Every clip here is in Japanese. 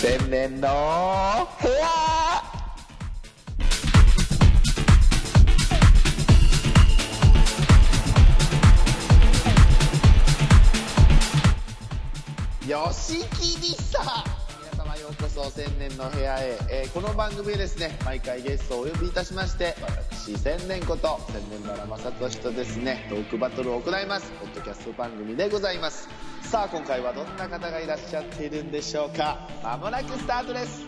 天然の部屋よしきりさ皆様ようこそ千年の部屋へ、えーこの番組はですね毎回ゲストをお呼びいたしまして私千年こと千年原正俊とですねトークバトルを行いますポッドキャスト番組でございますさあ今回はどんな方がいらっしゃっているんでしょうかまもなくスタートです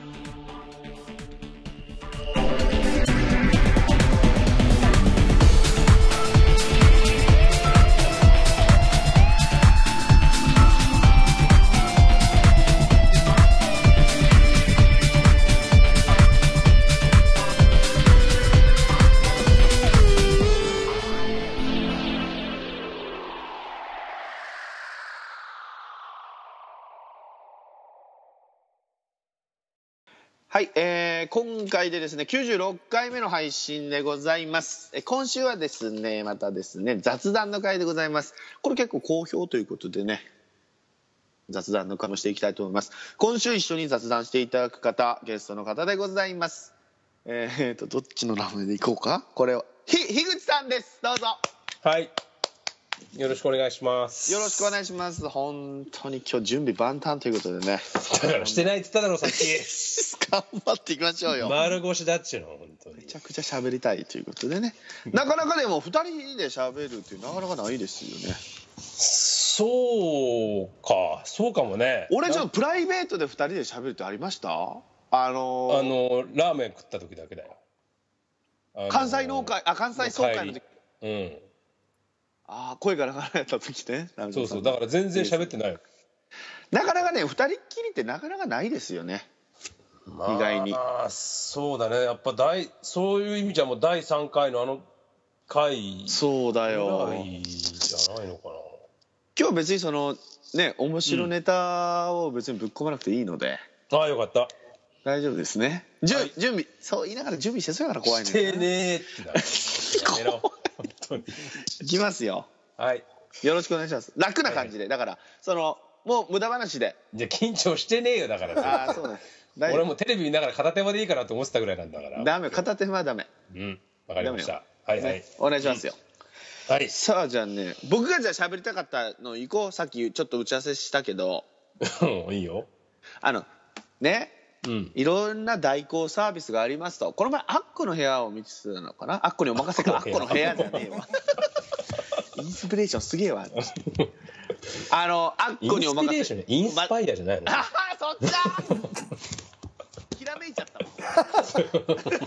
はい、えー今回でですね、96回目の配信でございます。え今週はですね、またですね、雑談の回でございます。これ結構好評ということでね、雑談の回もしていきたいと思います。今週一緒に雑談していただく方、ゲストの方でございます。えーえーと、どっちのラムネでいこうかこれを。ひ、樋口さんですどうぞはい。よろしくお願いします。よろしくお願いします。本当に今日準備万端ということでね、だからしてないって言っただろ、さっき。 頑張っていきましょうよ。 丸腰だっちゅうの、本当にめち。ゃくちゃ喋りたいということでねなかなかでも2人で喋るっていうなかなかないですよねそうか、そうかもね。俺ちょっとプライベートで2人で喋るってありましたあのーあの、ラーメン食った時だけだよ。あの関西農会あ関西総会の時うん。ああ声が流れた時ねなそうそう、だから全然喋ってない。なかなかね2人っきりってなかなかないですよね意外にああ、そうだね。やっぱ第、そういう意味じゃもう第3回のあの回そうだぐよらいじゃないのか今日別にそのね面白ネタを別にぶっ込まなくていいので、な。ああ、よかった。大丈夫ですね、じゅはい準備そう言いながら準備してそうやから怖いしねてねえってだろ。 やめろ。本当に。いきますよはい。よろしくお願いします。楽な感じで、だから、その、もう無駄話で。じゃあ緊張してねえよだからああ、さそうだ。 大俺丈もテレビ見ながら片手までいいかなと思ってたぐらいなんだか夫。らダメ、片手間はダメ。うんわかりましたはいはいねお願いしますよ。はいさあ、じゃあね、僕がじゃあ喋りたかったの行こう。さっきちょっと打ち合わせしたけど、うんいい よあの、ね、うんいろんな代行サービスがありますと。この前、アッコの部屋を見てたのかなアッコにお任せか。アアッコッコのの部部屋屋じゃね えわ。インスピレーションすげ えわ。あの、アイッコンにおスピ任レーシせョン。ねインスパイアじゃないのああそっちだひらめいちゃったもん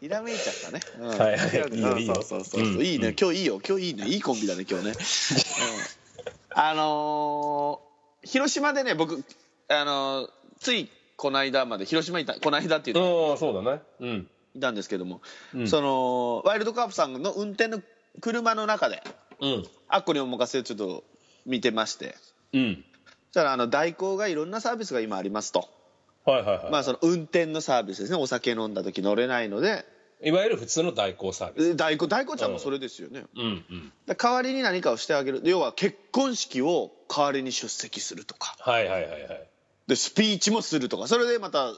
ひらめいちゃったね、うんはいはいいいよいいよそうそうそうそう、うんいいね今日いいよ今日いいねいいコンビだね今日ね、うんあのー広島でね僕あのーついこの間まで広島いたこの間っていうのうんそうだねうんいたんですけども、うんそのワイルドカープさんの運転の車の中でうんあっこにお任せをちょっと見てましてうんそしたらあの代行がいろんなサービスが今ありますと、はいはいはいまあ、その運転のサービスですねお酒飲んだ時乗れないのでいわゆる普通の代行サービスえ代行代行ちゃんもそれですよね、うんうんだ代わりに何かをしてあげるで要は結婚式を代わりに出席するとかはいはいはいはいでスピーチもするとかそれでまた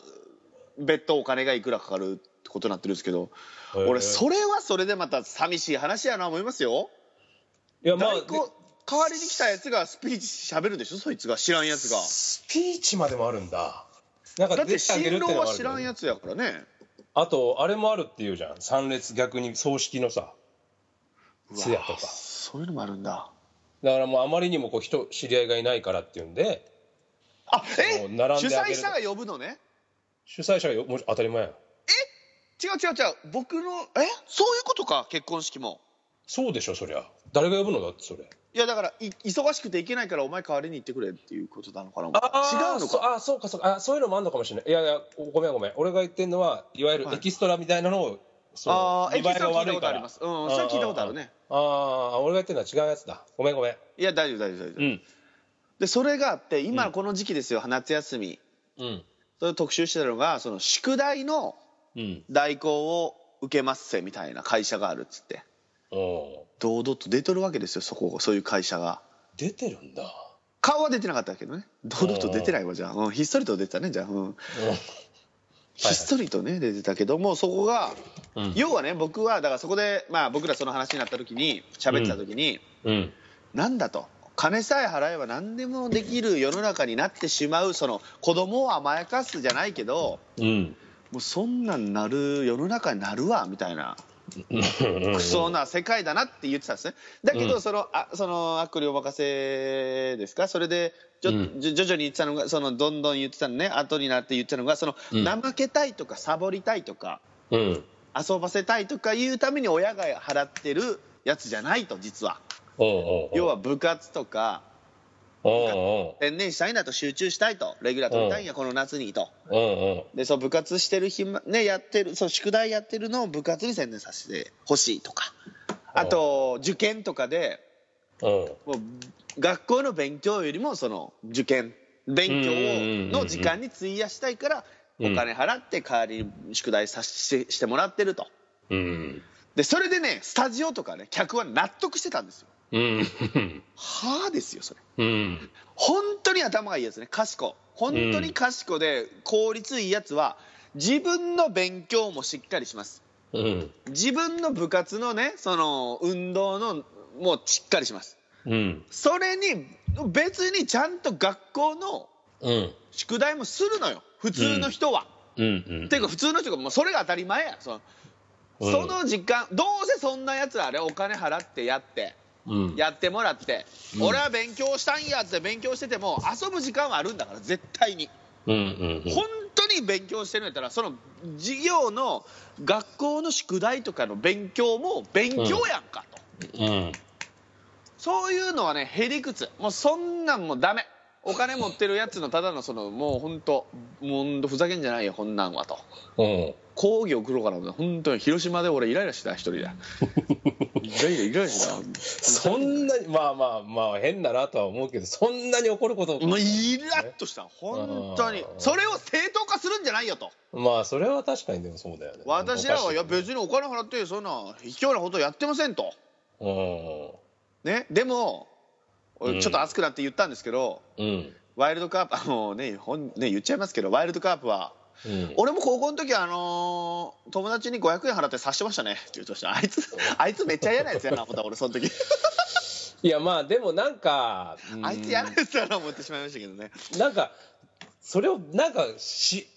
別途お金がいくらかかるってことになってるんですけどへえ俺それはそれでまた寂しい話やな思いますよいやまあ代行代わりに来たやつがスピーチしゃべるでしょそいつが知らんやつがスピーチまでもあるんだなんかだっ出ててあげ新るって郎のはもあ知るらんけどやつやからねあとあれもあるっていうじゃん参列逆に葬式のさ通う夜わとかそういうのもあるんだだからもうあまりにもこう人知り合いがいないからっていうんであえそう並ん主であげ催る者が呼ぶのね主催者がよもう当たり前やん違う違う違う僕のえそういうことか結婚式もそうでしょそりゃ誰が呼ぶのだってそれいやだからい忙しくて行けないからお前代わりに行ってくれっていうことなのかな違うのかあそうかそうかあそういうのもあるのかもしれないいやいやごめんごめん俺が言ってんのはいわゆるはいエキストラみたいなのをそのああ見駅栄さえん聞がいた悪こいとあかりらますうんそれは聞いたことあるねああ俺が言ってんのは違うやつだごめんごめんいや大丈夫大丈夫大丈夫、うんでそれがあって今この時期ですよ、夏休みうんそれを特集してたのがその宿題のうん。代行を受けますせみたいな会社があるっつってお堂々と出とるわけですよそこそういう会社が出てるんだ。顔は出てなかったけどね堂々と出てないわじゃあ、うん、ひっそりと出てたねじゃあ、うん、ひっそりとね出てたけどもそこがうん要はね僕はだからそこで、まあ、僕らその話になった時に喋ってた時に、うん。なんだと金さえ払えば何でもできる世の中になってしまうその子供を甘やかすじゃないけどうん。もうそんなんなる世の中になるわみたいなうん。クソな世界だなって言ってたんですねだけうどんそのあそのアックリお任せですかそれでちょ、うんじょ徐々に言ってたのがそのどんどん言ってたのね後になって言ってたのがその、うん怠けたいとかサボりたいとかうん。遊ばせたいとかいうために親が払ってるやつじゃないと実はおうおうおう要は部活とかおう専念したいんだと集中したいとレギュラー取りたいんやこの夏にとおうおうおでそう部活してる暇ねやってるそう宿題やってるのを部活に専念させてほしいとかあと受験とかでうおもう学校の勉強よりもその受験勉強をの時間に費やしたいからおうん金払って代わりに宿題させてしてもらってるとううんでそれでねスタジオとかね客は納得してたんですようんはあですよそれうん本当に頭がいいやつね賢本当に賢で効率いいやつは自分の勉強もしっかりしますうん自分の部活のねその運動のもうしっかりしますうんそれに別にちゃんと学校のうん宿題もするのよ普通の人は、うんていうか普通の人がもうそれが当たり前やその,、うんその時間どうせそんなやつらあれお金払ってやってうんやってもらって、俺は勉強したんやって勉強してても遊ぶ時間はあるんだから絶対に、うんうん本当に勉強してるんやったらその授業の学校の宿題とかの勉強も勉強やんかと、うんそういうのはねへりくつもうそんなんもうダメお金持ってるやつのただのそのもう本当もうほんとふざけんじゃないよこんなんはとうん講義を送ろうかなと思った本当に広島で俺イライラしてた一人でイライライライラしてそんなにまあまあまあ変だなとは思うけどそんなに怒ることたもうイラッとした本当にあーそれを正当化するんじゃないよとまあそれは確かにでもそうだよね私らはいや別ににお金払ってそんな卑怯なことやってませんとうんねでもう俺んちょっと熱くなって言ったんですけど、うんワイルドカープあのね本ね言っちゃいますけどワイルドカープはうん俺も高校の時はあのー友達に500円払って刺してましたねって言うとしたあい つあいつめっちゃ嫌なやつやな思った俺その時いやまあでもなんかうんあいつ嫌なやつやな思ってしまいましたけどねなんかそれをなんかし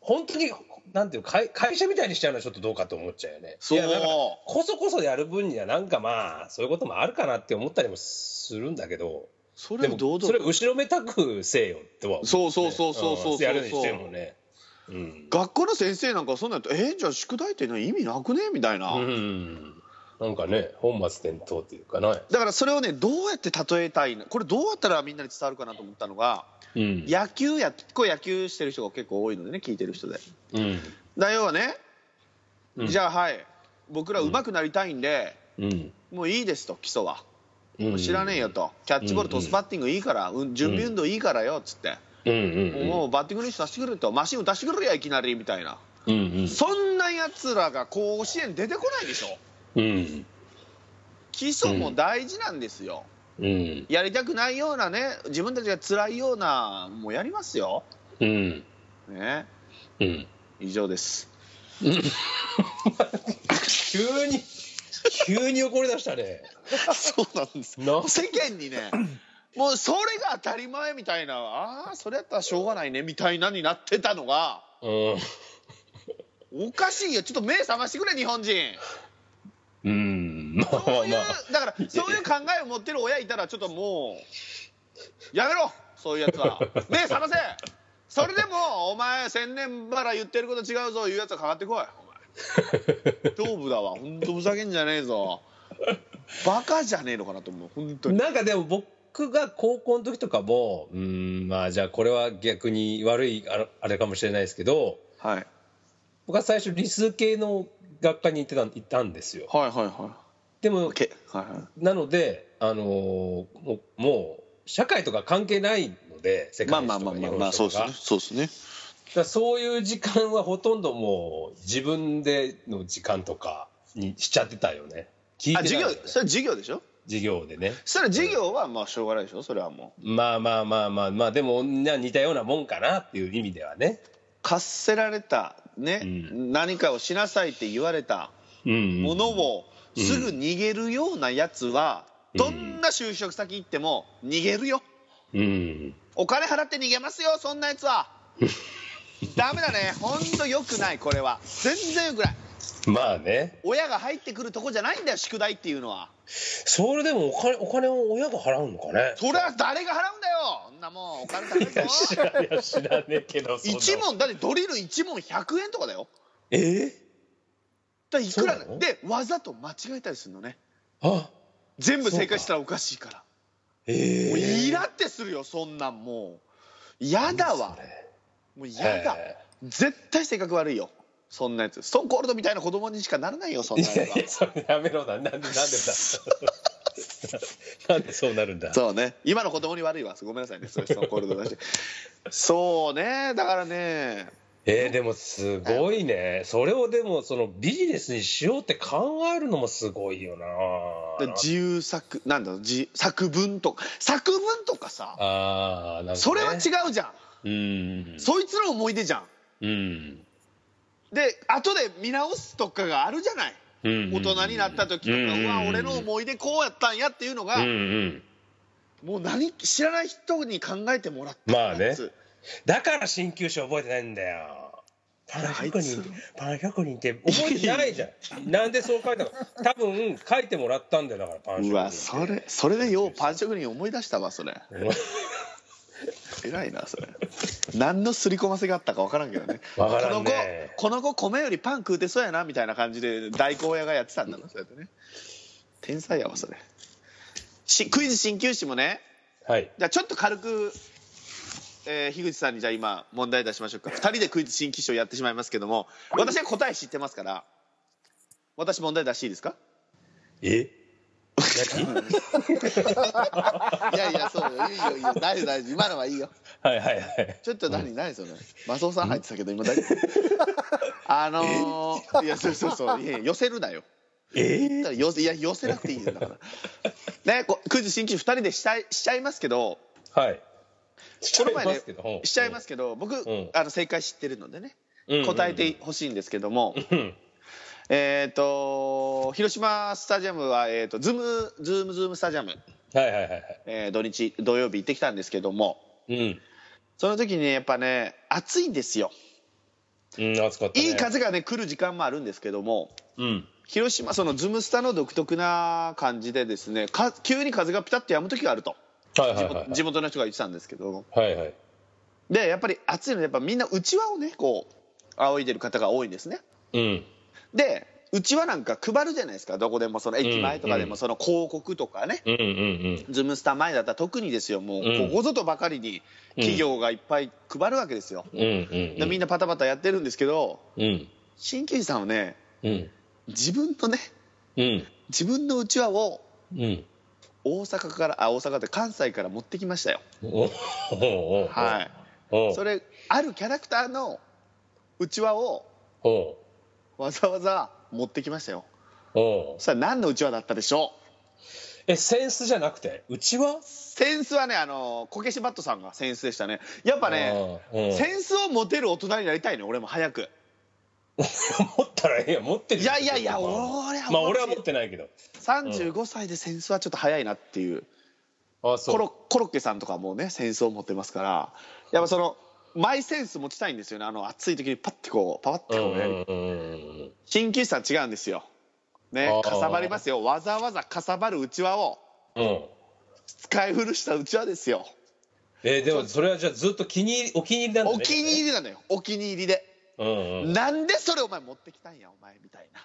本当になんていうか会会社みたいにしちゃうのはちょっとどうかと思っちゃうよね。そういやなんかこそこそやる分にはなんかまあそういうこともあるかなって思ったりもするんだけどそでれも堂々それを後ろめたくせえよっては思う、ね、そうそうそうそうそうそうそうんやるにしてもね。うん学校の先生なんかそんなんやったらえーじゃあ宿題っていうのは意味なくねみたいな、うんなんかね本末転倒っていうかな。だからそれをねどうやって例えたいのこれどうやったらみんなに伝わるかなと思ったのがうん野球や結構野球してる人が結構多いのでね聞いてる人でだかうんら要はね、うんじゃあはい僕ら上手くなりたいんで、うんもういいですと基礎はうん知らねえよとキャッチボールうんうトんスバッティングいいから、うん準備運動いいからよっつって、うんうんもうバッティング練習させてくれとマシン打たしてくれやいきなりみたいなうんうんそんなやつらが甲子園出てこないでしょうん基礎も大事なんですよ、うんやりたくないようなね自分たちが辛いようなもうやりますようんねうん以上です急に急に怒り出したねそうなんですな世間にねもうそれが当たり前みたいなああそれやったらしょうがないねみたいなになってたのがうんおかしいよちょっと目覚ましてくれ日本人うんまあまそあまういうあだからそういう考えを持ってる親いたらちょっともうやめろそういうやつ は目覚ませそれでもお前千年バラ言ってること違うぞいうやつはかかってこい お前頭部だわ本当ふざけんじゃねえぞバカじゃねえのかなと思う本当になんかでも僕が高校の時とかもうんまあじゃあこれは逆に悪いあれあれかもしれないですけどはい僕は最初理数系の学科に行ってた行ったんですよはいはいはでもいけはいはいなのであのーもうもう社会とか関係ないので世まあ界史とまあまあまかあ日まあ本史そうとですねかがそうですねからそういう時間はほとんどもう自分での時間とかにしちゃってたよね聞いてあない授業よねそれ授業でしょ授業でねそしたら授業はまあしょうがないでしょそれはもうまあまあまあまあまあでもみんな似たようなもんかなっていう意味ではねかっせられたね、うん何かをしなさいって言われたうんものをうんすぐ逃げるようなやつは、うんどんな就職先行っても逃げるようんお金払って逃げますよそんなやつ はダメだねほんとよくないこれは全然よくないまあね親が入ってくるとこじゃないんだよ宿題っていうのはそれでもお金お金を親が払うのかねそれは誰が払うんだよそんなもんお金い高 やいぞ知らいや知らねえけどそんな一問だってドリル1問100円とかだよえだからいくらだそうなのでわざと間違えたりするのねあ全部正解したらおかしいからええもうイラってするよそんなんもうやだわもうやだへ絶対性格悪いよそんなやつストーンコールドみたいな子供にしかならないよそんいなややついはやそれやめろななんでなんでだなんでそうなるんだそうね今の子供に悪いわごめんなさいねそういうストーンコールド だしそうねだからねえー、でもすごいねそれをでもそのビジネスにしようって考えるのもすごいよでな自由作なんだろう自作文とか作文とかさああなんか、ね、それは違うじゃんうんそいつの思い出じゃんうんで後で見直すとかがあるじゃない大人になった時とか、うわ俺のい思い出こうやったんやっていうのが、うんうんもう何知らない人に考えてもらったまあねやつだから鍼灸師覚えてないんだよパラ100人あいパラ100人って覚えてないじゃ んなんでそう書いたの多分書いてもらったんだよだからパン職人うわそれそれでようパン職人思い出したわそれ偉いなそれ何のすり込ませがあったか分からんけどねわからんねこの子この子米よりパン食うてそうやなみたいな感じで大工屋がやってたんだなそうやってね天才やわそれしクイズ鍼灸師もね はいじゃあちょっと軽く、えー樋口さんにじゃあ今問題出しましょうか2人でクイズ新機種をやってしまいますけども私は答え知ってますから私問題出していいですかえ 何いやいやそうよいいよいいよ大丈夫大丈夫今のはいいよはいはいはいちょっと何何それマスオさん入ってたけど今大丈夫 あのー、いやそうそうそういやいや寄せるなよえだから寄せいや寄せなくていいんだ からねこクイズ新機種2人でしたいしちゃいますけどはいこの前ねどしちゃいますけど僕、んあの正解知ってるのでねうんうん答えてほしいんですけども、うんえっ、と広島スタジアムは、えー、とズームズームズームスタジアム、はいはいはいはいえー土日土曜日行ってきたんですけどもうんその時にねやっぱね暑いんですようん暑かったねいい風がね来る時間もあるんですけどもうん広島そのズームスタの独特な感じでですねか急に風がピタッと止む時があるとはいはい地はい元地元の人が言ってたんですけどはいはいでやっぱり暑いのでやっぱみんなうちわをねこう仰いでる方が多いんですねうんでうちわなんか配るじゃないですかどこでもその駅前とかでうんうもんその広告とかねうんうんズムスタ前だったら特にですよもううんここぞとばかりに企業がいっぱい配るわけですよ、うんうんうんでみんなパタパタやってるんですけどうん鍼灸師さんはねうん自分のねうん自分のうちわをうん大阪からあ大阪って関西から持ってきましたよおおはいおそれあるキャラクターのうちわをおわざわざ持ってきましたよおさあ何のうちわだったでしょうえセンスじゃなくてうちはセンスはねあのこけしバットさんがセンスでしたねやっぱねセンスを持てる大人になりたいね俺も早く持ったらええやん持ってるいやいやいやまあ俺はまあ俺は持ってないけど35歳で扇子はちょっと早いなっていう、あそコロうコロッケさんとかもね扇子を持ってますからやっぱそのマイセンス持ちたいんですよねあの暑い時にパッてこうパワッてこうやるうんうんうんうん鍼灸師さん違うんですよねあーかさばりますよわざわざかさばるうちわをうん使い古したうちわですよえーでもそれはじゃあずっと気に入りお気に入りなんだねお気に入りなのよお気に入りで、うんうんなんでそれお前持ってきたんやお前みたいな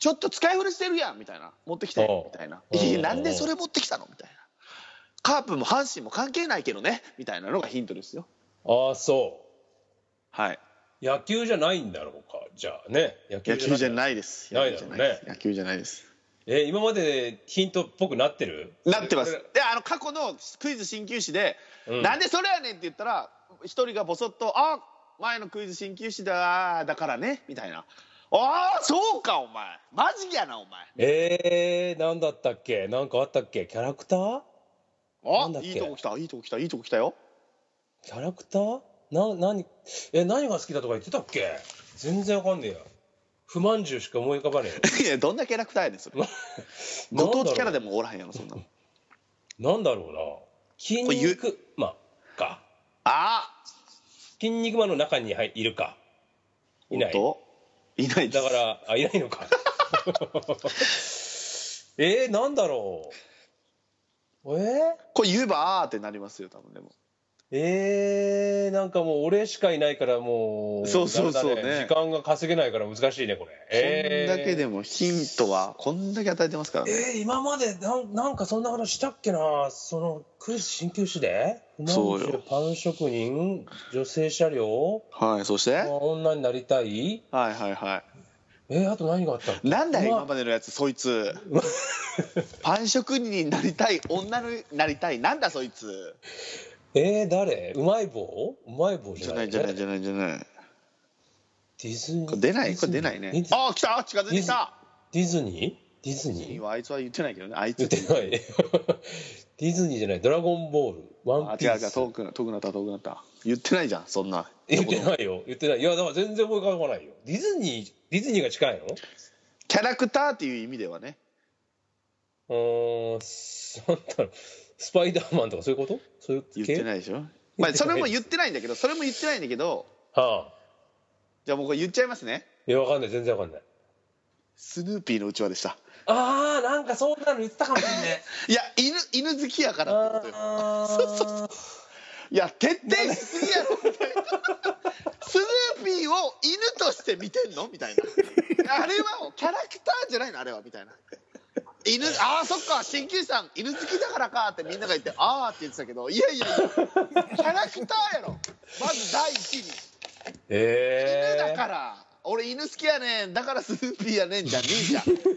ちょっと使い古してるやんみたいな持ってきたよおうみたいなおういやなんでそれ持ってきたのみたいなカープも阪神も関係ないけどねみたいなのがヒントですよああそはい。う野球じゃないんだろうかじゃあね野野球じゃいないです。ないだろうね野球じゃないです。えー今までヒントっぽくなってるなってます。そでれ、あの過去のクイズ鍼灸師で、うんなんでそれやねんって言ったら、一人がボソッと、あ、前のクイズ鍼灸師だだからねみたいなああそうかお前マジやなお前えー、なんだったっけなんかあったっけキャラクターなんだあっけいいとこ来たいいとこ来たいいとこ来たよ キャラクターな、何、え、何が好きだとか言ってたっけ全然わかんねえや。不満中しか思い浮かばねえよ。いやどんなキャラクターやねんそれ ご当地キャラでもおらへんやろそんなのなんだろうな。筋これゆ肉マンか。あ筋肉マンの中に入いるか。ーいない本当いないですだから、あ、いないの か。えー、なんだろう。えこれ言えばあーってなりますよ多分でもー、えー、なんかもう俺しかいないからもう、そうそうそうねダメだ時間が稼げないから難しいね、これ。えー、こんだけでもヒントはこんだけ与えてますからね、えー、今までなんなんかそんな話したっけなそのクイズ鍼灸師でそうよ不満足パン職人女性車両はいそして、まあ女になりたいはいはいはえー、あと何があったっけいなんだよまあ今までのやつそい つパン職人になりたい女になりたいなんだそいつえー、誰うまい棒うまい棒じじゃゃな,、ないいじゃないじゃないじゃないディズニこれー出ないこれ出ないディねズああ来た近づいてきたディズニーディズニー今あいつは言ってないけどねあいつ言ってない ディズニーじゃない「ドラゴンボール」「ワあンピ違う違ーうス」遠くな遠くなった遠くなった言ってないじゃんそんな言ってないよ言ってないいやだから全然思い浮かばないよディズニーディズニーが近いのキャラクターっていう意味ではねうー ん、なんだろう、スパイダーマンとかそういうことそういう系言ってないでしょ、まあ、それも言ってないんだけどそれも言ってないんだけどはあ、じゃあもうこれ言っちゃいますねいや、わかんない、全然わかんない。スヌーピーのうちわでしたあー、なんかそんなの言ってたかもしれない。いや犬犬好きやからってことよあーそうそうそういや徹底しすぎやろみたいな スヌーピーを犬として見てんのみたいなあれはキャラクターじゃないのあれはみたいな犬ああそっか鍼灸師さん犬好きだからかってみんなが言ってああって言ってたけどいやいやいやキャラクターやろまず第一に犬えー、だから、俺犬好きやねんだからスヌーピーやねんじゃねえじゃん絶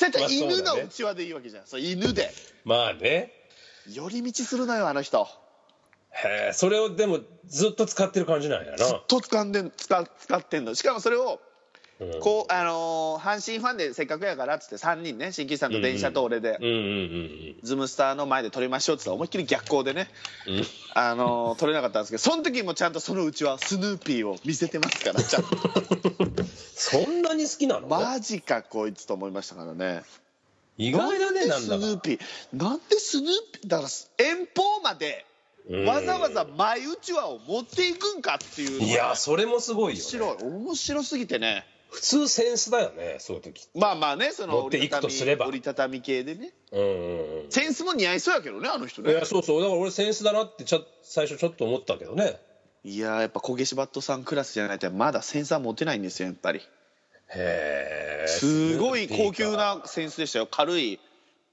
ま対あそうだね犬のうちわでいいわけじゃんそう犬でまあね。寄り道するなよあの人へえ、それをでもずっと使ってる感じなんやな。と掴んでん使使ってんのしかもそれをうんこうあのー阪神ファンでせっかくやからっつって3人ね新規さんと電車と俺で、うんうんうんズムスターの前で撮りましょうっつって思いっきり逆光でね、うん あのー撮れなかったんですけどその時もちゃんとそのうちはスヌーピーを見せてます からちゃんとそんなに好きなの、マジかこいつと思いましたからね意外だね、でなんスだヌーか。ピーなんでスヌーピーだから遠方までうんわざわざ前うちわを持っていくんかっていうのがいや、それもすご面いよ、ね。白い面白すぎてね普通センスだよね、そういう時。まあまあねその持っていくとすれば折りたたみ折りたたみ系でねうんうんうん。センスも似合いそうやけどねあの人いねやそうそうだから俺センスだなってちょ最初ちょっと思ったけどねいやーやっぱこげしバットさんクラスじゃないとまだセンサー持てないんですよやっぱりへえすごい高級なセンスでしたよ軽い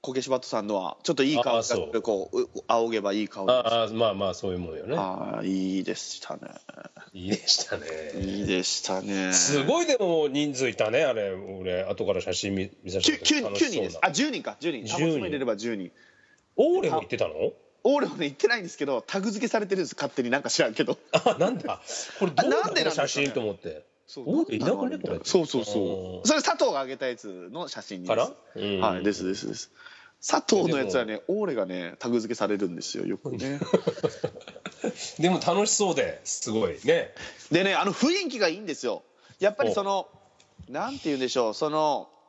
こげしバットさんのはちょっといい顔あそうがこうう仰げばいい顔でああまあまあそういうもんよねああいいでしたねいいでしたねいいでしたねすごいでも人数いたねあれ俺後から写真見見さきせゅてきゅ9楽し人そうなですあ10人か10人10人タモスも入れれば10人オーレも行ってたのオーレもね言ってないんですけどタグ付けされてるんです勝手になんか知らんけどあなんだこれどうあなんでなんでなのすかね写真と思ってそうオーレいなくなねんだころれうそうそうそううそれ佐藤が上げたやつの写真にですからうんはいですですです佐藤のやつはねオーレがねタグ付けされるんですよよくねでも楽しそうですごいね でねあの雰囲気がいいんですよやっぱりそのなんて言うんでしょうその、うん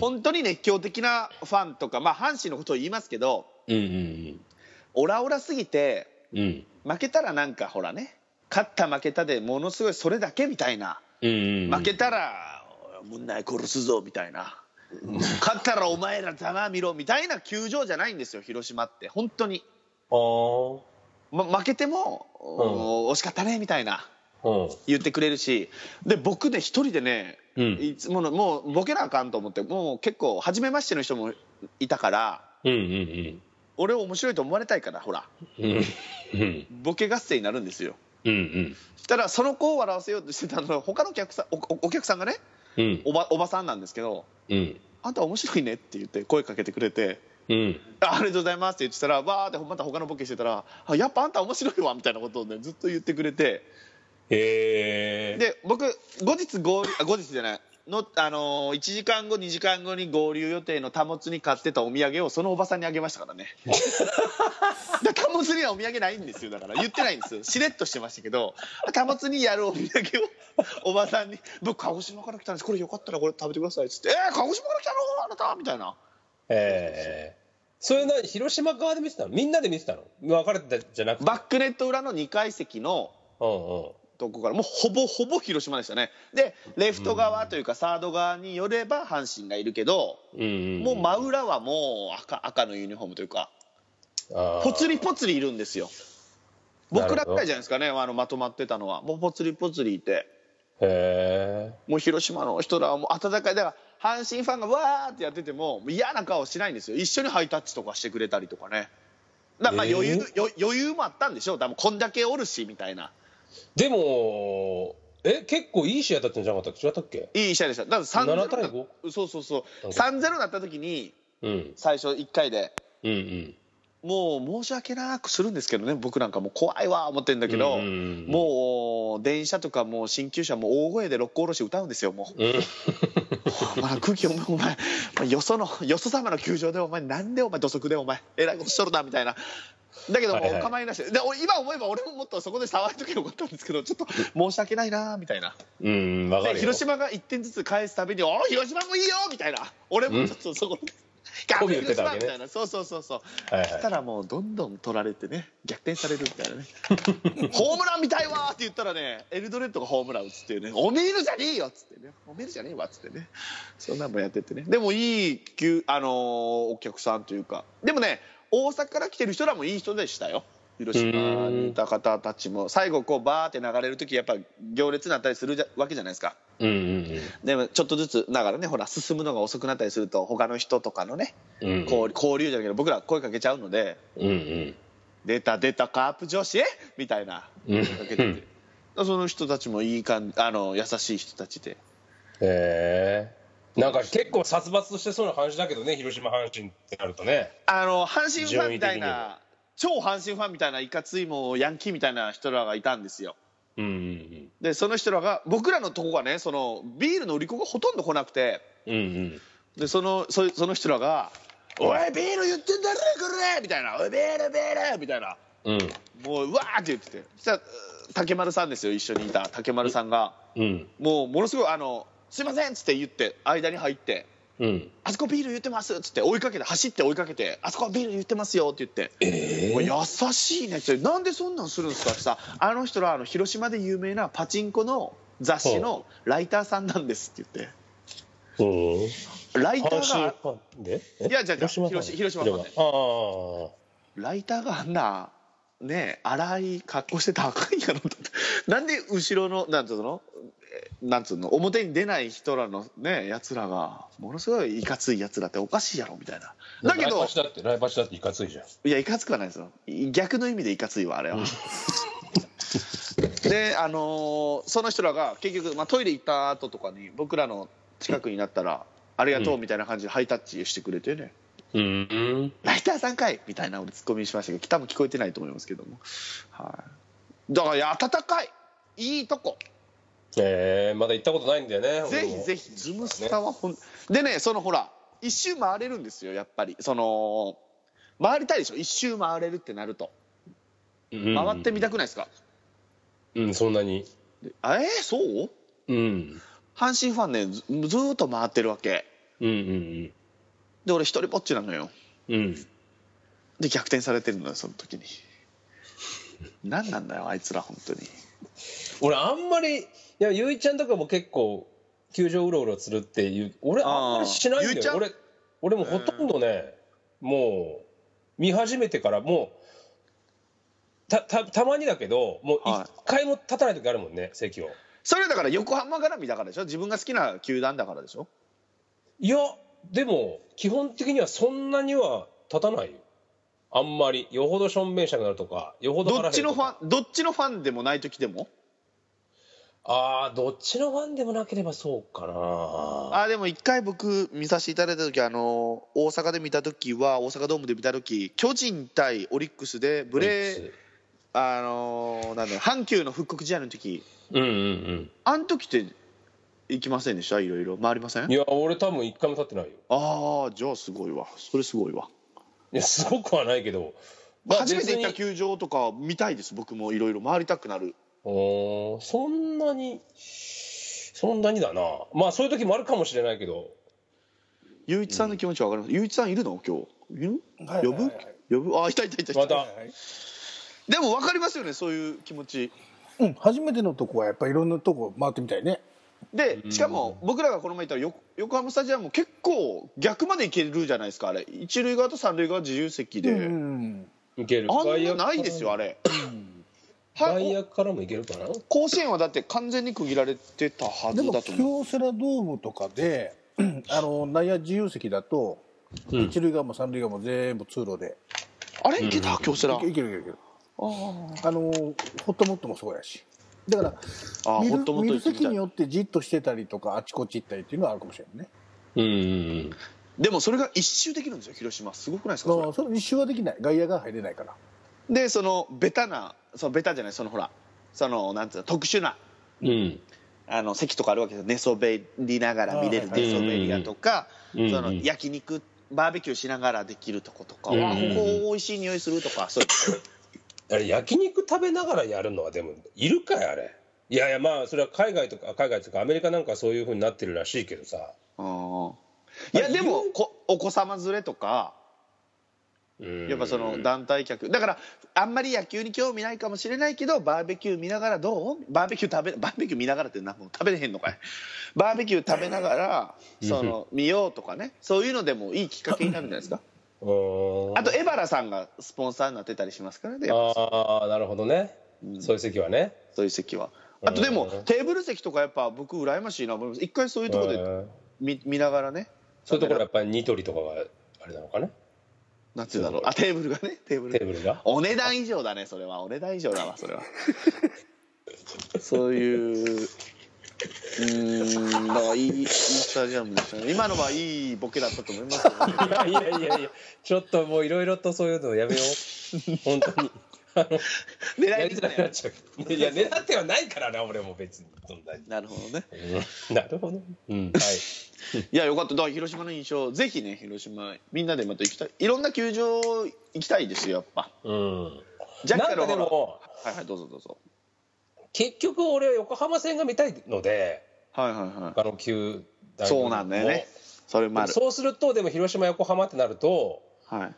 本当に熱狂的なファンとかまあ阪神のことを言いますけどうんうんオラオラすぎてうんうん負けたらなんかほらね勝った負けたでものすごいそれだけみたいなうんうん負けたら「むんない殺すぞ」みたいな勝ったら「お前らざまあみろ」みたいな球場じゃないんですよ広島って本当に、あーま、負けても、お惜しかったね」みたいなうん言ってくれるしで僕ね一人でねうんいつものもうボケなあかんと思ってもう結構初めましての人もいたからうんうん俺を面白いと思われたいからほらうんうんうんボケ合戦になるんですようんしたらその子を笑わせようとしてたの他のお客さんおおお客さんがねうんうんおばおばさんなんですけどうん「あんた面白いね」って言って声かけてくれてうん「あありがとうございます」って言ってたらバーってまた他のボケしてたら「あやっぱあんた面白いわ」みたいなことをねずっと言ってくれてえええで僕後日合流あ後日じゃないのあのー1時間後2時間後に合流予定のたもつに買ってたお土産をそのおばさんにあげましたからねだからたもつにはお土産ないんですよだから言ってないんですよしれっとしてましたけどたもつにやるお土産をおばさんに「僕鹿児島から来たんですこれよかったらこれ食べてください」っつって「えー、鹿児島から来たのあなた」みたいなええそれな広島側で見てたのみんなで見てたの別れてたじゃなくてバックネット裏の2階席のうんうんとこからもうほぼほぼ広島でしたねでレフト側というかサード側によれば阪神がいるけど、うんもう真裏はもう赤赤のユニフォームというかぽぽつりぽつりいるんですよ僕らくらいじゃなゃいですかねあのまとまってたのはもうぽつりぽつりいてへもう広島の人らはもう温かいだから阪神ファンがわーってやっててももう嫌な顔しないんですよ一緒にハイタッチとかしてくれたりとかねだからまあ余裕、よ余裕もあったんでしょう多分こんだけおるしみたいなえでもえ結構いい試合だったんじゃなかったっけ違ったっけいい試合でしただから3 7対5そうそうそなうんか3ゼ0になった時にうん最初1回でうんうんもう申し訳なくするんですけどね僕なんかもう怖いわー思ってるんだけど、うんうんもう電車とかもう新旧車も大声で六甲おろし歌うんですよもううんお前空気お前お前お前よそのよそ様の球場でお前なんでお前土足でお前えらいことしとるなみたいなだけどもはいはういお構いなしで,で、俺今思えば俺ももっとそこで騒いときゃよかったんですけどちょっと申し訳ないなーみたいなうんわかるでよ広島が1点ずつ返すたびに「おお広島もいいよ!」みたいな俺もちょっとそ こで「頑張媚びれ売って広たわ島!」けねみたいなそうそうそうそうはいそしたはらもうどんどん取られてね逆転されるみたいなね 「ホームラン見たいわ!」って言ったらねエルドレッドがホームラン打つっていうね「おめえるじゃねえよ!」っつってね「おめえるじゃねえわ!」っつってねそんなんもやっててねでもいい球、あのーお客さんというかでもね大阪から来てる人らもいい人でしたよ広島にいた方たちも最後こうバーって流れる時やっぱ行列になったりするじゃわけじゃないですかいうんうんでもちょっとずつながらねほら進むのが遅くなったりすると他の人とかのねうんうん交交流じゃないけど僕ら声かけちゃうのでうんうん出た出たカープ女子みたいなうんかけてて、その人たちもいい感じあの優しい人たちでへえなんか結構殺伐としてそうな感じだけどね広島阪神ってなるとねあの阪神ファンみたい順位な超阪神ファンみたいないかついもうヤンキーみたいな人らがいたんですようんうんでその人らが僕らのとこがねそのビールの売り子がほとんど来なくてうんうんでそのそその人らが「おいビール言ってんだろこれ!」みたいな「おいビールビール!」みたいなうんもううわーって言っててそしたらうー竹丸さんですよ一緒にいた竹丸さんがうんもうものすごいあの「すいません」っつって言って間に入ってうん「あそこビール言ってます」っつって追いかけて走って追いかけて「あそこビール言ってますよ」って言ってえもう優しいねってなんでそんなんするんですかってさあの人らあの広島で有名なパチンコの雑誌のライターさんなんですって言っうんてライタ阪神ーがファンでいやじゃあじゃあ広島広島ファンでああライターがあんなね荒い格好してたらあかんやろだって なんで後ろのなんつうのえなんつうの表に出ない人らのねやつらがものすごいいかついやつらっておかしいやろみたいなだけライどバチだってライバチだっていかついじゃんいやいかつくはないですよ逆の意味でいかついわあれは であのーその人らが結局、まあ、トイレ行った後とかに僕らの近くになったら「ありがとう」みたいな感じでハイタッチしてくれてね、うんライターさんかいみたいな俺ツッコミしましたけど多分聞こえてないと思いますけども、はい、だから温かいいいとこええまだ行ったことないんだよねぜひぜひズムスタはほんでねそのほら一周回れるんですよやっぱりその回りたいでしょ一周回れるってなるとひ回ってみたくないですか、うんそんなにであえーそううん阪神ファンねずずーっと回ってるわけうんうんで俺一人ぼっちなのようんうんで逆転されてるのよその時に何なんだよあいつら本当に俺あんまりいやゆいちゃんとかも結構球場うろうろするっていう俺あんまりしないんあーゆいだちゃよん俺俺もほとんどね、もう見始めてからもうたたたまにだけどもうはい一回も立たない時あるもんね席をそれだから横浜絡みだからでしょ自分が好きな球団だからでしょいやでも基本的にはそんなには立たないよあんまりよほどしょんべんしたくなるとかよほどど腹っち減のるとフかァンどっちのファンでもない時でもああどっちのファンでもなければそうかなあーでも一回僕見させていただいた時あの大阪で見た時は大阪ドームで見た時巨人対オリックスでブレーあのーなんだろう阪急の復刻試合の時うんうんあん時って行きませんでしたいろいろ回りませんうん。いや、俺多分一回も立ってないよ。ああじゃあすごいわそれすごいわいや、すごくはないけど。まあ初めて行った別に球場とか見たいです僕もいろいろ回りたくなるおーそんなに、そんなにだな。まあ、そういう時もあるかもしれないけど。ゆういちさんの気持ちは分かりますゆういちさんいるの今日いるはい呼ぶはいはい呼ぶあいたいたいたいたまたはいはいでも分かりますよねそういう気持ちうん、初めてのとこはやっぱいろんなとこ回ってみたいね。でしかも僕らがこの前行ったよ横浜スタジアムも結構逆まで行けるじゃないですかあれ一塁側と三塁側自由席で、うん、いける。あんな外野ないですよあれは外野からもいけるかな。甲子園はだって完全に区切られてたはでずもだと思う京セラドームとかであの内野自由席だと、うん一塁側も三塁側も全部通路であれいけた京セラいけいけるいけるいけるあーあのホットモットもそうやしだからあー見ホるットモッ見ト行ってみる席たにいよってじっとしてたりとかあちこち行ったりっていうのはあるかもしれないねうんうんでもそれが一周できるんですよ広島すごくないですあかそれのその一周はできない外野が入れないからでそのベタなそのベタじゃないそのほらそのなんていうの特殊なうん。うん。あの席とかあるわけですよ寝そべりながら見れるあーはい寝そべり屋とか、うんそのうん焼肉バーベキューしながらできるとことか、うんわあここ美味しい匂いするとかそういうあれ、焼肉食べながらやるのは、でも、いるかい、あれ。いやいや、まあ、それは海外とか、海外とか、アメリカなんかはそういうふうになってるらしいけどさ。のあーいやでもこお子様連れとかうんやっぱその団体客だからあんまり野球に興味ないかもしれないけどバーベキュー見ながらどうバーベキュー食べバーベキュー見ながらってなんもう食べれへんのか いバーベキュー食べながらその見ようとかねそういうのでもいいきっかけになるんじゃないですかうんあとエバラさんがスポンサーになってたりしますからねやっぱああなるほどね、そういう席はねそういう席はあとでもテーブル席とかやっぱ僕羨ましいな思います一回そういうところうでん見見ながらねそういうところやっぱりニトリとかがあれなのかねなんていうんだろうあテーブルがねテーブルテーブルがお値段以上だねそれはお値段以上だわそれは そういううーんだからいいいいスタジアムでしたね今のはいいボケだったと思いますけど ね いやいやいやいやちょっともういろいろとそういうのやめよう 本当にあのや狙いりにづらくなっちゃういや狙ってはないからな俺も別にそんなになるほどねうんなるほど、うん、はいやよかっただから広島の印象ぜひね広島みんなでまた行きたいいろんな球場行きたいですよやっぱい、うん、ジャッなカんルかでほらもはいはいどうぞどうぞ結局俺は横浜戦が見たいのではいはいは他の球い団よりもそうなんだよねそれもあるそうするとでも広島横浜ってなるとはい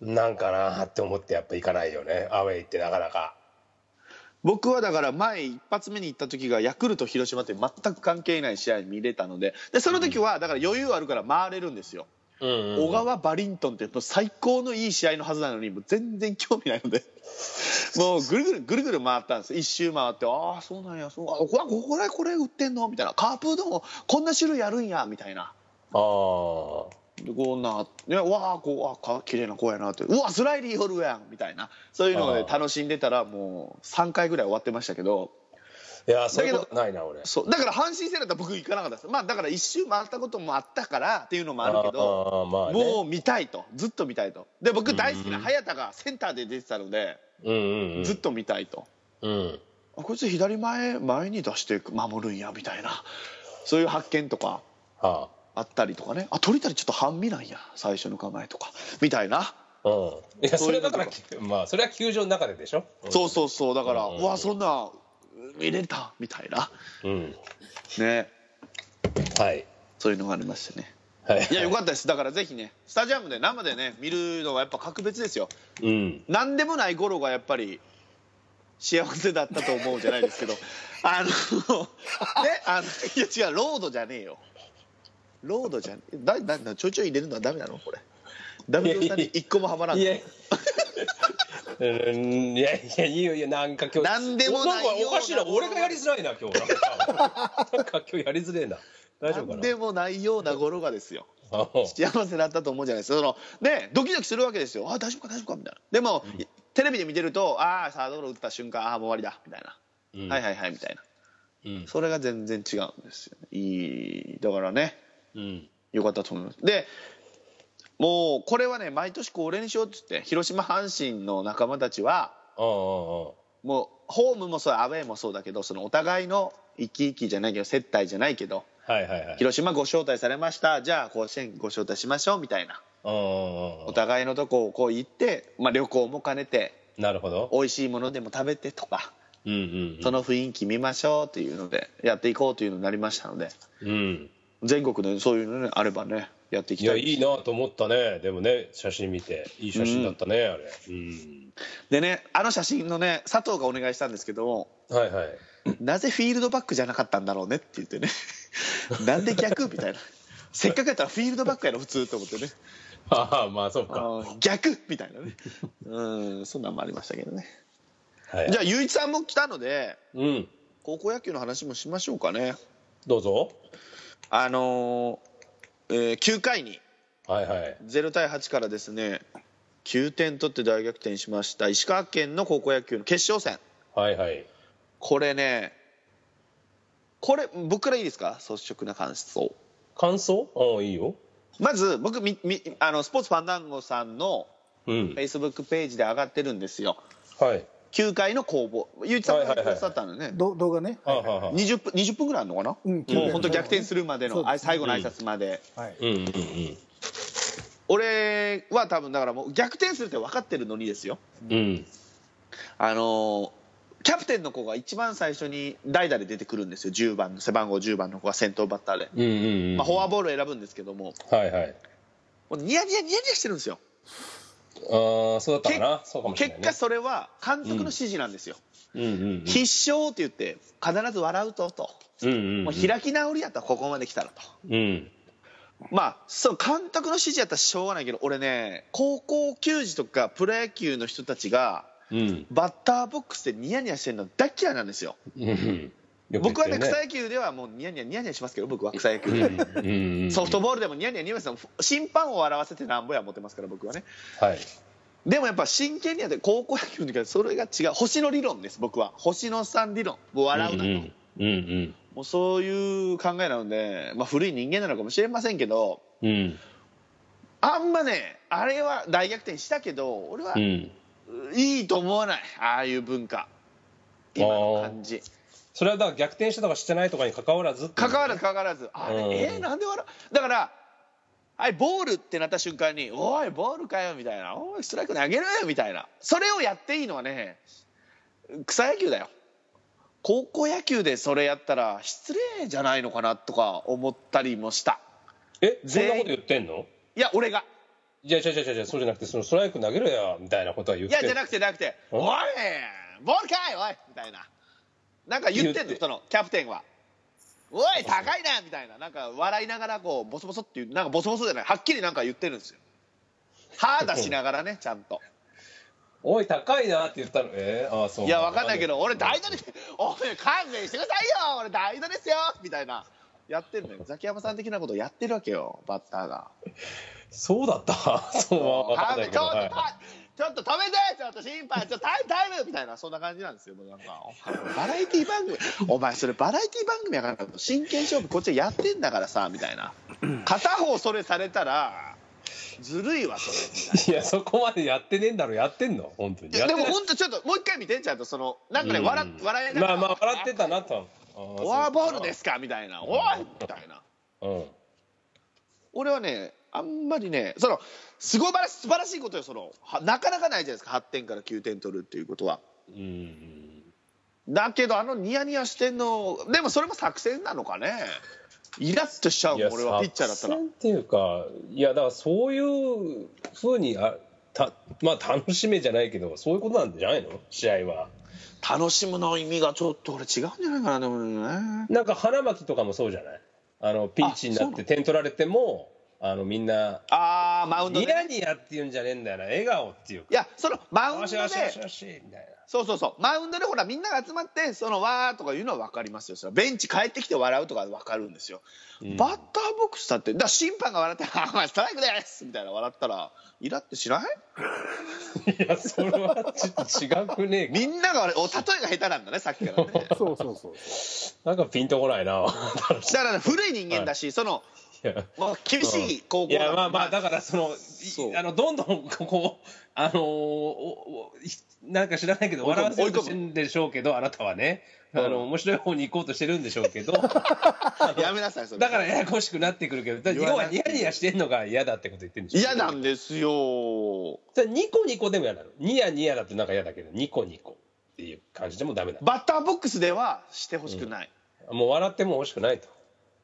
なんかなーって思ってやっぱ行かないよねアウェイってなかなか僕はだから前一発目に行った時がヤクルト広島って全く関係ない試合見れたのででその時はだから余裕あるから回れるんですよ、うんうん小川バリントンってやっぱ最高のいい試合のはずなのにもう全然興味ない のでもうぐるぐるぐるぐる回ったんです一周回ってああそうなんやそうあこここれこれ売ってんのみたいなカープうどんをこんな種類あるんやみたいなあでこんなねうわあこうあか綺麗な子やなってうわスライディーおるやんみたいなそういうのであー楽しんでたらもう3回ぐらい終わってましたけど。あいやそういうことないな俺そうだから阪神戦だったら僕行かなかったですまあだから一周回ったこともあったからっていうのもあるけどあーまあねもう見たいとずっと見たいとで僕大好きな早田がセンターで出てたので、うんうんうんずっと見たいとうんあこいつ左前前に出して守るんやみたいなそういう発見とかはあったりとかねあ鳥谷ちょっと半身なんや最初の構えとかみたいな、あうんいやそそういれうこだとかからまあそれは球場の中ででしょそうそうそうだから、うんうんうんうわそんなん見れたみたい なうん、うん、ねはいそういうのがありましたねはいいやよかったですだからぜひねスタジアムで生でね見るのはやっぱ格別ですようん何でもない頃がやっぱり幸せだったと思うじゃない ですけどあのねあのいや違うロードじゃねえよロードじゃねえだだだちょいちょい入れるのはダメなのこれダメさんに一個もはまらんいやのいやうんいやいやいいよいやなんか今日なんでもないようななんかおかしいな俺がやりづらいな今日なんかなんか今日やりづれえな大丈夫か何なでもないような頃がですよあ幸せだったと思うじゃないですかそのねドキドキするわけですよあ大丈夫か大丈夫かみたいなでも、テレビで見てるとああサードゴロ打った瞬間ああもう終わりだみたいな、うんはいはいはいみたいなうんそれが全然違うんですよねいいだからねうんよかったと思いますでもうこれはね毎年恒例にしようっつって広島阪神の仲間たちはああああもホームもそうアウェーもそうだけどそのお互いの生き生きじゃないけど接待じゃないけどはいはいはい。広島ご招待されましたじゃあ甲子園ご招待しましょうみたいなうんうんうおん互いのとこをこう行って、まあ、旅行も兼ねてなるほど。美味しいものでも食べてとかうんうんその雰囲気見ましょうというのでやっていこうというのになりましたのでうん。うん。全国でそういうのねあればねやっていいきたや、いいいなと思ったね。でもね、写真見て。いい写真だったね、あれ。うん。でねあの写真のね佐藤がお願いしたんですけどもはいはい。なぜフィールドバックじゃなかったんだろうねって言って ねなんで逆みたいなせっかくやったらフィールドバックやろ普通と思ってねああ、まあそうか。あー逆みたいなねうんそんなんもありましたけどねはい。じじゃゃあゆういちさんも来たのでうん。高校野球の話もしましょうかねどうぞ。あのーえー9回にはいはい。 0対8からですね9点取って大逆転しました石川県の高校野球の決勝戦はいはい。これねこれ僕からいいですか率直な感想感想ああ、いいよ。まず僕みみあのスポーツファンダンゴさんのうんフェ。イスブックページで上がってるんですよはい。 9回の攻防ゆういちさんがくださったのね、ど動画ね。ああ、はいはい。 20分 ,20 分ぐらいあるのかな、うんもう本当逆転するまでの、そうですね最後の挨拶まで、はい。うんうんうん。俺は多分だからもう逆転するって分かってるのにですようん。あのーキャプテンの子が一番最初に代打で出てくるんですよ10番の背番号10番の子が先頭バッターで、うんうんうん。まあ、フォアボールを選ぶんですけどもはいはい。もうニヤニヤニヤニヤしてるんですよああ、そうだったかな。そうかもしれな結い、ね。果それは監督の指示なんですよ、うんうん必勝って言って必ず笑うとと、うん。うんうん。もう開き直りやったここまで来たらとうん。まあそう監督の指示やったらしょうがないけど俺ね高校球児とかプロ野球の人たちがうん。バッターボックスでニヤニヤしてるの大嫌いなんですようん。僕はね草い。野球ではもうニヤニヤニヤニヤしますけど僕は草野球うでんうんうん。ソフトボールでもニヤニヤニヤニヤしてます審判を笑わせてなんぼや思ってますから僕はねはい。でもやっぱ真剣にやって高校野球の時はそれが違う星の理論です僕は星野さん理論もう笑うなと、うんうん。もうそういう考えなので、まあ、古い人間なのかもしれませんけどうんうん。あんまねあれは大逆転したけど俺はうん。いいと思わないああいう文化今の感じそれはだから逆転したとかしてないとかに関わらずっていう関わらず関わらずあれ、うんえーなんで笑うだからはいボールってなった瞬間に「おいボールかよ」みたいな「おいストライク投げろよ」みたいなそれをやっていいのはね草野球だよ高校野球でそれやったら失礼じゃないのかなとか思ったりもしたえそんなこと言ってんのいや俺がいやいやいやいやそうじゃなくてそのストライク投げろやみたいなことは言っいてやじゃなくくてじゃなくて「うんおいボールかいおい」みたいななんか言ってん言っのてそのキャプテンは「おい高いな」みたいななんか笑いながらこうボソボソっていうなんかボソボソじゃないはっきりなんか言ってるんですよ歯出しながら ねちゃんとおい高いなって言ったのえー、あーそういいやわかんないけど俺代打で「おい勘弁してくださいよ俺代打ですよ」みたいなやってるのよザキヤマさん的なことをやってるわけよバッターがそうだった そうはわか勘んな弁いけちどょっとはいたちょっと止めてちょっと審判ちょっとタイムタイムみたいなそんな感じなんですよもうなんかバラエティ番組お前それバラエティ番組やから真剣勝負こっちはやってんだからさみたいな片方それされたらずるいわそれみたいないやそこまでやってねえんだろやってんの本当にいやでもやってな本い当ちょっともう一回見てちゃんとそのなんかねうん笑っ笑えながまらあまあ笑ってたなとフフォアボールですすかみたいなおいみたいなうん俺はねあんまりねそのすごいばらし素晴らしいことよそのはなかなかないじゃないですか8点から9点取るっていうことはうんだけどあのニヤニヤしてんのでもそれも作戦なのかねイラッとしちゃういもやん俺はピッチャーだったら作戦っていうかいやだからそういうふうにあたまあ楽しめじゃないけどそういうことなんじゃないの試合は楽しむの意味がちょっと俺違うんじゃないかなでもねなんか花巻とかもそうじゃないあのピンチになあそっうなて点取られてもあのみんなああマウンドニでね、ヤニヤっていうんじゃねえんだよな笑顔っていうかいやそのマウンよドしでよしよしよしみたいそうそうそうマウンドでほらみんなが集まってそのわーとかいうのは分かりますよそれはベンチ帰ってきて笑うとか分かるんですよ、うんバッターボックスだってだから審判が笑って「あお前ストライクです」みたいな笑ったらイラってしないないやそれはちょっと違くねえみんなが笑うお例えが下手なんだねさっきから ねそうそうそう。なんかピンとこないなだからね古い人間だし、そのやまあ、厳しい高い校やまあだまあだからそのそういあのどんどんここあのーおおいなんか知らないけど追い込む笑わせようとしてるんでしょうけどあなたはねあうんの面白い方に行こうとしてるんでしょうけ どやめなさいそれだからややこしくなってくるけどだ言要わはなくてニヤニヤしてんのが嫌だってこと言ってるんでしょ嫌なんですよそれニコニコでも嫌なのニヤニヤだってなんか嫌だけどニコニコっていう感じでもダメなのバッターボックスではしてほしくない、もう笑っても欲しくないと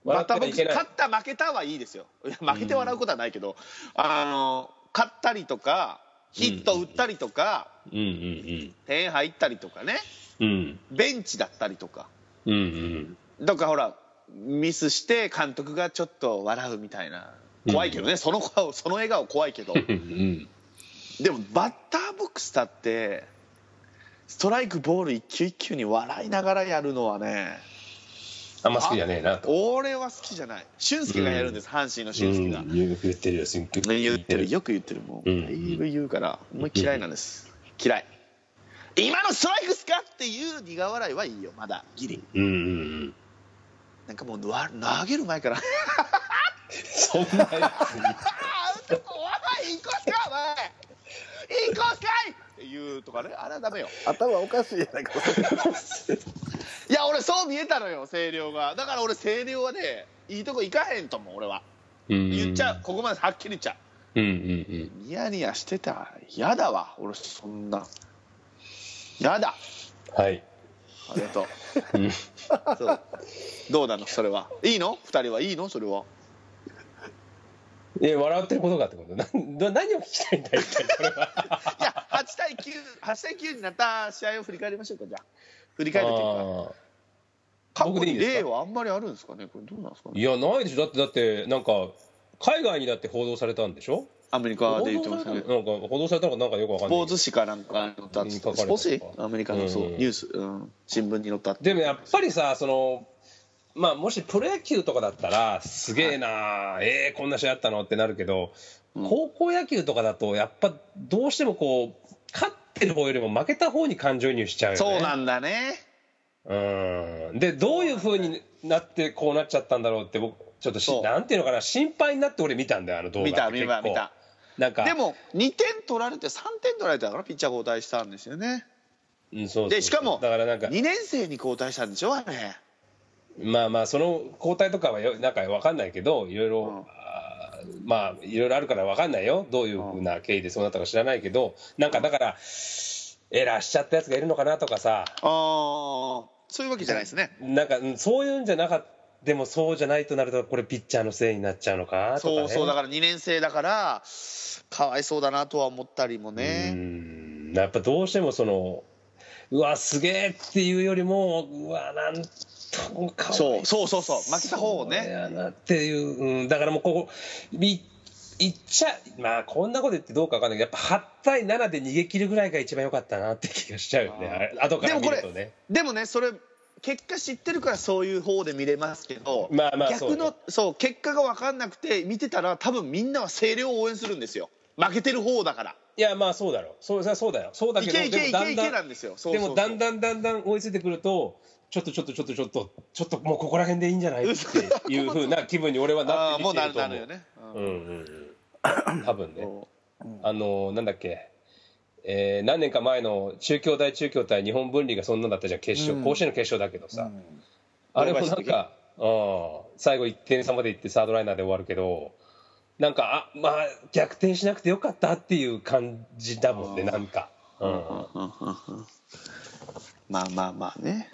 笑バッターってボッはいクスけない勝った負けたはいいですよいや負けて笑うことはないけど、あの勝ったりとかヒット打ったりとか、うんうん点入ったりとかねうんうんベンチだったりとかうんうんだからほらミスして監督がちょっと笑うみたいな怖いけどね、その顔その笑顔怖いけどうんうんでもバッターボックスだってストライクボール一球一球に笑いながらやるのはねあんま好きじゃねえなと俺は好きじゃない俊介がやるんです、阪神の俊介が、うん言う言ってるよ言って言ってるよく言ってるもううんだいぶ言うからもう嫌いなんです嫌い今のストライクっすかっていう苦笑いはいいよまだギリうんうんうんなんかもうわ投げる前から そんなやつにあー、うとこ、お前、いこすか、お前。いこすかい。っていうとかね、あれはダメよ。頭おかしいやないか。 いや、俺、そう見えたのよ、星稜が。だから、俺、星稜はね、いいとこ行かへんと思う、俺は。 言っちゃう、ここまではっきり言っちゃう。うんうんニヤニヤしてた、やだわ、俺、そんな。やだ。うんはいありが とう。うんそう。どうなの、それは。いいの、二人はいいの、それは。え笑ってることがってことなんど何を聞きたいんだ一体これは いや、八対九、八対九になった試合を振り返りましょうか、じゃあ。振り返るというか。あー過去僕でいにいんです例かはあんまりあるんですかね、これどうなんですかねい。やないでしょだってだってなんか海外にだって報道されたんでしょアメリカで言ってます報道さねれた。のなんか報道されたのかなんかよくわかスんないポーけどツ紙かなんかに載ったんです書かれたスポーツとか紙アメリカのそううニんュース、うん、新聞に載ったってでもやっぱりさそのまあもしプロ野球とかだったらすげえなえーこんな試合あったのってなるけど、うん高校野球とかだとやっぱどうしてもこう勝ってる方よりも負けた方に感情移入しちゃうよそねうなんだねうんでどういうふうになってこうなっちゃったんだろうって僕ちょっとそしうなんていうのかな心配になって俺見たんだよあの動画見たって見結た構見たなんかでも2点取られて3点取られたからピッチャー交代したんですよねうんそうそうでしかもだからなんか2年生に交代したんでしょあれまあまあその交代とかはよなんかわかんないけどいろいろ、うんあーまあいろいろあるからわかんないよどういうふうな経緯でそうなったか知らないけどなんかだからエラーしちゃったやつがいるのかなとかあさあそういうわけじゃないですねなんかうんそういうんじゃなかったでもそうじゃないとなるとこれピッチャーのせいになっちゃうのかとか、ね、そうそうだから2年生だからかわいそうだなとは思ったりもうねんやっぱどうしてもそのうわすげえっていうよりもうわなんともかわいそうそうそうそう負けた方をそうねやなっていう、うん、だからもうここいいっちゃまあこんなこと言ってどうかわかんないけどやっぱ8対7で逃げ切るぐらいが一番良かったなって気がしちゃうよねあーあれ後から見るとねでもねそれ結果知ってるからそういう方で見れますけど、まあまあそう逆のそう結果が分かんなくて見てたら多分みんなは星稜を応援するんですよ負けてる方だからいやまあそうだろうそうそうそうだよそうだいけどけいけいでもけいだけんだなんんですよそうでそうそもうだんだんだんだん追いついてくるとちょっとちょっとちょっとちょっとちょっともうここら辺でいいんじゃないっていうふうな気分に俺はなあ っあてもきうてなるると思なうるよね、ううんんうんうん多分ねそあのなんだっけ、えー何年か前の中京大中京大日本分離がそんなんだったじゃん決勝、うん甲子園の決勝だけどさ、うんあれもなんか、うん、最後1点差まで行ってサードライナーで終わるけどなんかあまあ逆転しなくてよかったっていう感じだもんねなんか、ううんん、うんうんうんまあまあまあね、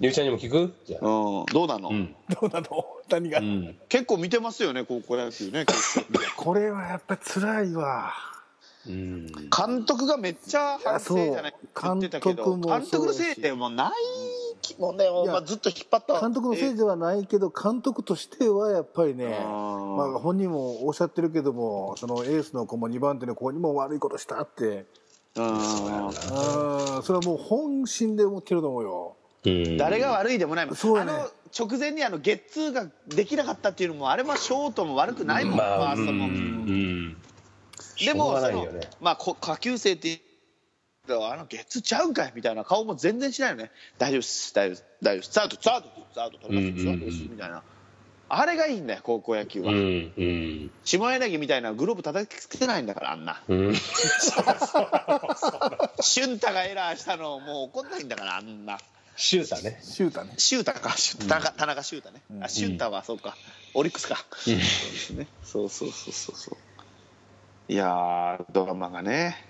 ゆうちゃんにも聞くじゃうんあ、、どうなの、うんどうなの何が、うん、結構見てますよね高校野球ね結 構これはやっぱ辛いわ。うん監督がめっちゃ反省じゃないいやそう言ってたけど監督監も督のそうだせしいでもうない気もね、まあ、ずっと引っ張った監督のせいいではないけど、監督としてはやっぱりね、あーまあ、本人もおっしゃってるけども、そのエースの子も2番手の子にも悪いことしたって、あーそれはもう本心で思ってると思うよ。うん誰が悪いでもないもん、そうあやねの直前にあのゲッツーができなかったっていうのもあれはショートも悪くないもん、フまあァースうんトうも、んでもしそうょがないのよね、まあ、こ下級生ってあのゲッツーちゃうんかいみたいな顔も全然しないよね大丈夫っす大丈夫っす大丈夫っすスタートスタートスタート取れますようんうんうんみたいなあれがいいんだよ高校野球うは、ん、うん。下柳みたいなグローブ叩きつけてないんだからあんなうん。俊太がエラーしたのをもう怒んないんだからあんなシュータね。シュータねシュータか、シュータ田中シュータね。あ、シュータはそうか、オリックスか。そうですね。 そうそうそうそうそう。いやー、ドラマがね、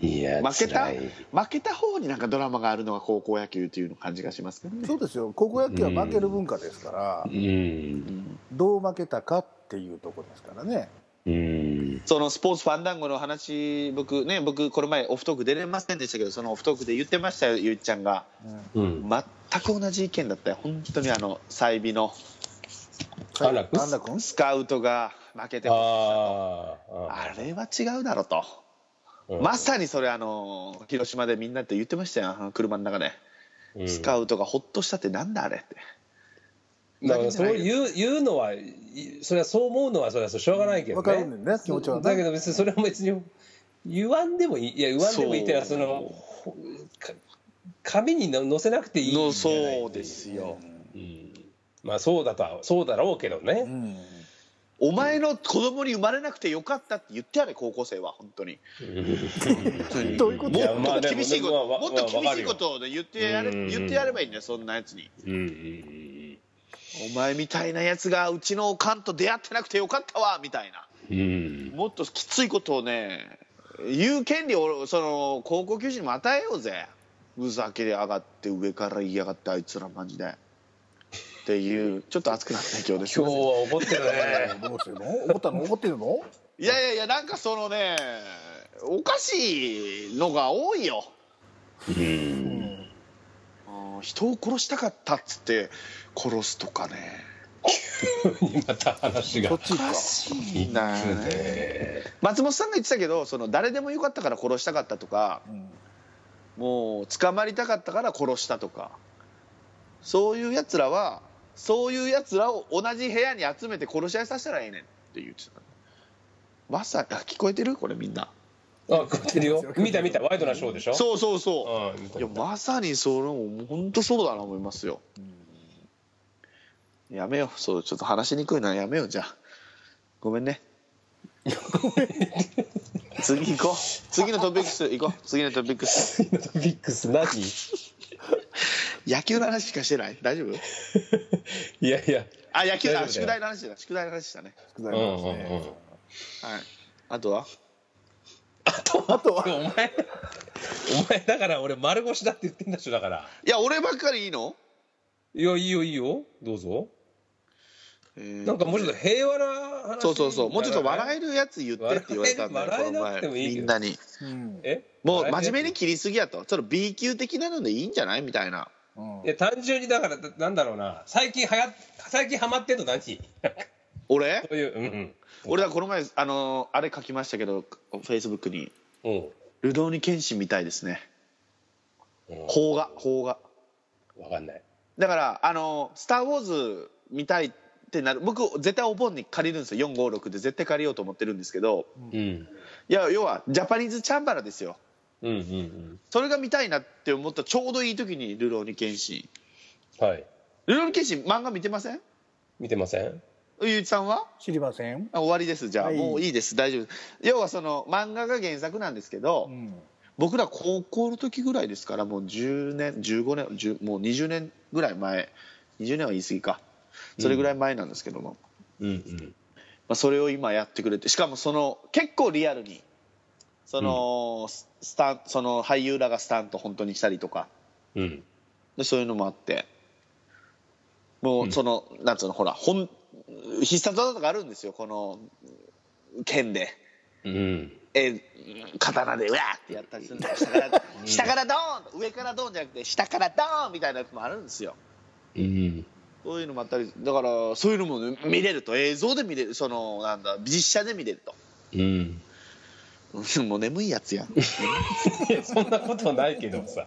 いや、負けた辛い負けた方になんかドラマがあるのが高校野球っていうの感じがしますけどね。そうですよ高校野球は負ける文化ですから、うん。どう負けたかっていうところですからねうん。そのスポーツファンダンゴの話、僕ね、僕この前オフトーク出れませんでしたけど、そのオフトークで言ってましたよ、ゆいちゃんが。うん。全く同じ意見だったよ。本当にあの、済美の安楽安楽君スカウトが負けてあほしいあああ。あれは違うだろうと、うんまさにそれあの広島でみんなって言ってましたよあの車の中で、うんスカウトがほっとしたってなんだあれってだかだらけじゃそなういよいう言うのはいそれはそう思うのはそれはしょうがないけどわねかるねんね気持ちはねだけど別にそれも別に言わんでもいいいや言わんでもいいっていうのはそそうのほか紙にの載せなくていいんじゃなのいそうですよ、うんまあそうだとはそうだろうけどうね、んお前の子供に生まれなくてよかったって言ってやれ高校生は本当にどういうこもっといやまあと厳しいこでもまあともっとま厳あわかしるいよことをね言ってやれうん言ってやればいいんだよそんなやつにうんうんうんお前みたいなやつがうちのおかんと出会ってなくてよかったわみたいなうんもっときついことをね言う権利をその高校球児にも与えようぜふざけで上がって上から言いやがってあいつらマジでっていうちょっと熱くなった今日です今日は怒ってるねどうしてるの怒ったの怒ってるのいやいやいやなんかそのねおかしいのが多いようん人を殺したかったっつって殺すとかねまた話がそっちおかかしいんだよね松本さんが言ってたけどその誰でもよかったから殺したかったとかうんもう捕まりたかったから殺したとかそういうやつらはそういうやつらを同じ部屋に集めて殺し合いさせたらええねんって言ってたまさか聞こえてるこれみんなあ怒ってるよ見た見たワイドなショーでしょう、そうそうそん、見うたいや見たまさにそれも本当そうだな思いますよやめようそうちょっと話しにくいのはやめようじゃあごめん ね次行こう次のトピックス行こう次のトピックスビックス何野球の話しかしてない大丈夫いやいやあ野球大丈夫だだよ宿題の話だ宿題の話だね宿題なんですねうんうんうんはいあとはあとはお前、お前だから俺丸腰だって言ってんだしだから。いや俺ばっかりいいのいや、いいよいいよ。どうぞ。ななんかもうちょっと平和な話。そうそうそうもうちょっと笑えるやつ言ってって言われたんだよ笑えこるの笑え前なくてもいいけみどんなにうんえもう真面目にに。切りすぎやとちょっと B 級的なのでいいんじゃないみたいなうんいや、単純にだから、だなんだろうな。最近はや、最近ハマってんの何そ俺ういう、うん俺はこの前あのーあれ書きましたけどフェイスブックにうん。うん。 「ルドーニケンシンみたいですねうん邦画邦画」わかんない。だからあのースター・ウォーズ」見たいってなる僕絶対お盆に借りるんですよ456で絶対借りようと思ってるんですけどうん。いや要はジャパニーズチャンバラですようんうんうん。それが見たいなって思ったちょうどいい時に「ルローニケンシン」はい。ルローニケンシン漫画見てません見てませんゆういちさんは知りませんあ終わりですじゃあ、はいもういいです大丈夫です要はその漫画が原作なんですけど、うん僕ら高校の時ぐらいですからもう10年15年10もう20年ぐらい前20年は言い過ぎかそれぐらい前なんですけども、うんまあ、それを今やってくれてしかもその結構リアルにその,、スタンその俳優らがスタント本当にしたりとかうん。うん。でそういうのもあってもうその、なんつうのほら本必殺技とかあるんですよこの剣で。うん。え刀でうわーってやったりするんだ下から下からドーンと上からドーンじゃなくて下からドーンみたいなやつもあるんですようん。そういうのもあったりだからそういうのもね見れると映像で見れるそのなんだ実写で見れると うん。うんもう眠いやつやんいやそんなことないけどさ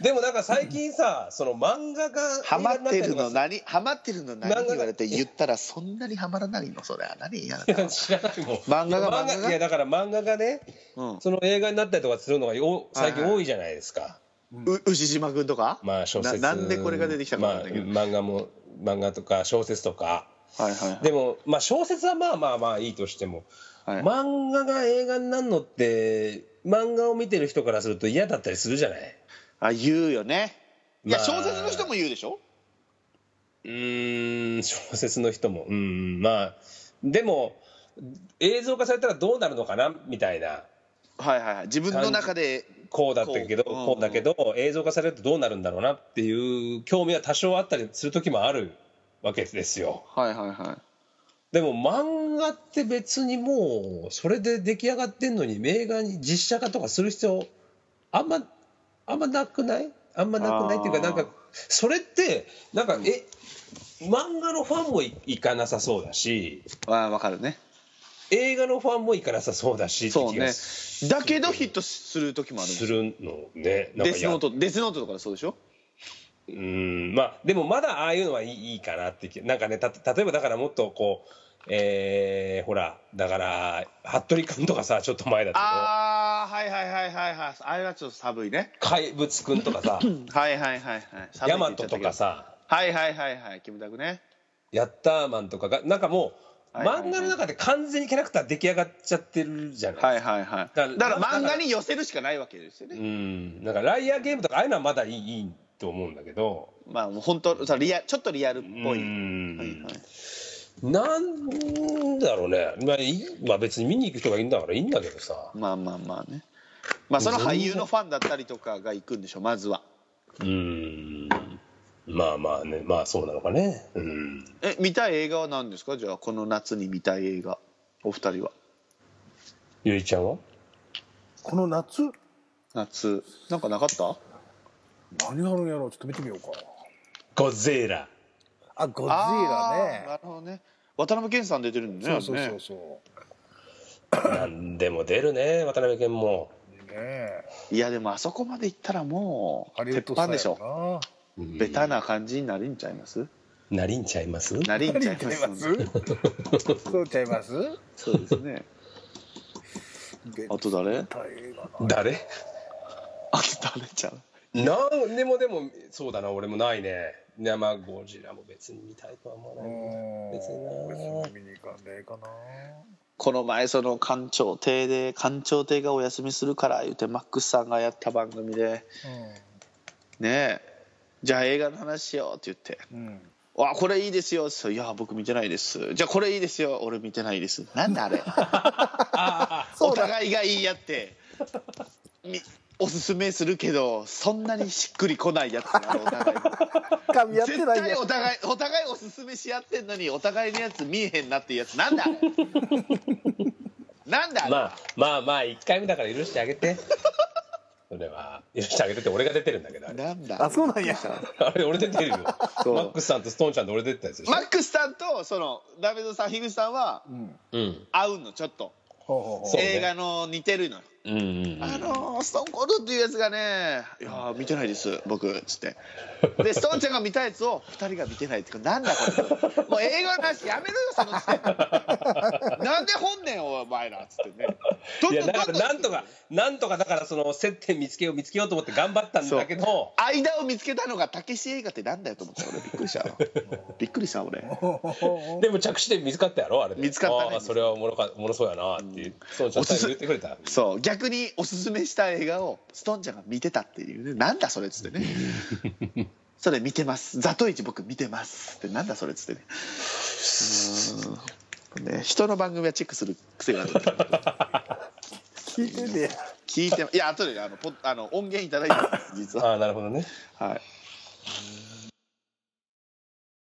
でもなんか最近さその漫画がハマってるのい何ハマってるの漫画何が言われて言ったらそんなにハマらないのそれは何や や知らないもん漫画がいや漫画がいやだから漫画がねうんその映画になったりとかするのがよ最近はいはい多いじゃないですか、う牛島君とかまあ小説ななんでこれが出てきたかわかんないけどまあ、漫画も漫画とか小説とかはいはいでも、まあ、小説はまあまあまあいいとしても、はい、漫画が映画になるのって漫画を見てる人からすると嫌だったりするじゃないあ言うよねいやまあ小説の人も言うでしょうーん小説の人もうんまあでも映像化されたらどうなるのかなみたいなはいはいはい自分の中でこうだったけどここうう,、うんだけど映像化されるとどうなるんだろうなっていう興味は多少あったりする時もあるわけですよはいはいはいでも漫画って別にもうそれで出来上がってんのに映画に実写化とかする必要あんまあんまなくないあんまなくないっていうかあーなんかそれってなんかえ漫画のファンもいいかなさそうだしわわかるね映画のファンもいかなさそうだしってそう気がねすだけどヒットする時もあるするのねなんデかスやノートデスノートとかそうでしょうんまあでもまだああいうのはいいいいかなって気なんかねた例えばだからもっとこうえーほらだから服部君とかさちょっと前だけどああはいはいはいはいはいあれはちょっと寒いね怪物くんと かさはいはいはいはい寒いってヤマ言っちゃトったとけどかさはいはいはいはいキムタクねヤッターマンとかがなんかもう、はいはいはい漫画の中で完全にキャラクター出来上がっちゃってるじゃない、はいはいはいだだかからら漫画に寄せるしかないわけですよね、うんなんかライアーゲームとかああいうのはまだいいいいと思うんだけどまあもう本当さリアちょっとリアルっぽい、うんはいはいなんだろうね、まあいいまあ、別に見に行く人がいいんだからいいんだけどさ、まあまあまあねまあその俳優のファンだったりとかが行くんでしょまずはうん、まあまあね、まあそうなのかね、うん、え見たい映画は何ですかじゃあこの夏に見たい映画お二人はゆいちゃんはこの夏夏なんかなかった何があるんやろうちょっと見てみようかゴゼー ラ、あゴジあーラなるほどね渡辺謙さん出てるんねだよそうねそうそうねそなんでも出るね、渡辺謙も。うねえいやでもあそこまで行ったらもハうリウッ鉄ド板でしょょうんベタな感じになりんちゃいますなりんちゃいますなりんち何言ゃいっちゃいまますすそうちゃいますそうです ねあと誰あ大映画な誰と誰ちゃうなんでもでもそうだな俺もないねいやまあゴジラも別に見たいとは思うわないん別にな別に見に行かんでええかなこの前その官庁邸で官庁邸がお休みするから言うてマックスさんがやった番組でねえじゃあ映画の話しようって言ってうんうん「わこれいいですよ」そういや僕見てないです」「じゃあこれいいですよ俺見てないです」なんだあ れお互いが言い合ってみおすすめするけどそんなにしっくりこないやつだなお互い噛み合って絶ない対やお互いお互いおすすめし合ってんのにお互いのやつ見えへんなっていうやつなん だあれなんだあれ、まあまあまあ1回目だから許してあげて それは許してあげてって俺が出てるんだけどあれなんだあそうなんやあれ俺出てるよマそうックスさんとストーンちゃんと俺出てたやつでしょマックスさんとそのダメドさん樋口さんはうんうん合うのちょっと、ほうほうほそうね映画の似てるのようんうんあのーストーンコールドっていうやつがね「いやー見てないです僕」っつってでストーンちゃんが見たやつを2人が見てないってこれなんだこれもう映画の話やめろよその時点 でなんで本年お前らっつってねどんいどんやだどかんどんらなんとかなんとかだからその接点見つけよう見つけようと思って頑張ったんだけど間を見つけたのがたけし映画ってなんだよと思って俺びっく りしたわびっくりした俺うほうでも着地点見つかったやろあれで見つかったねああそれはおもろかおもろそうやなっていうストーンちゃん最後言ってくれたそう逆におすすめした映画をストンちゃんが見てたっていうねなんだそれっつってね それ見てますザトイチ僕見てますってなんだそれっつってねうーんね人の番組はチェックする癖がある 聞いててや 聞いていや後であのポあの音源いただいてます実はああなるほどねはい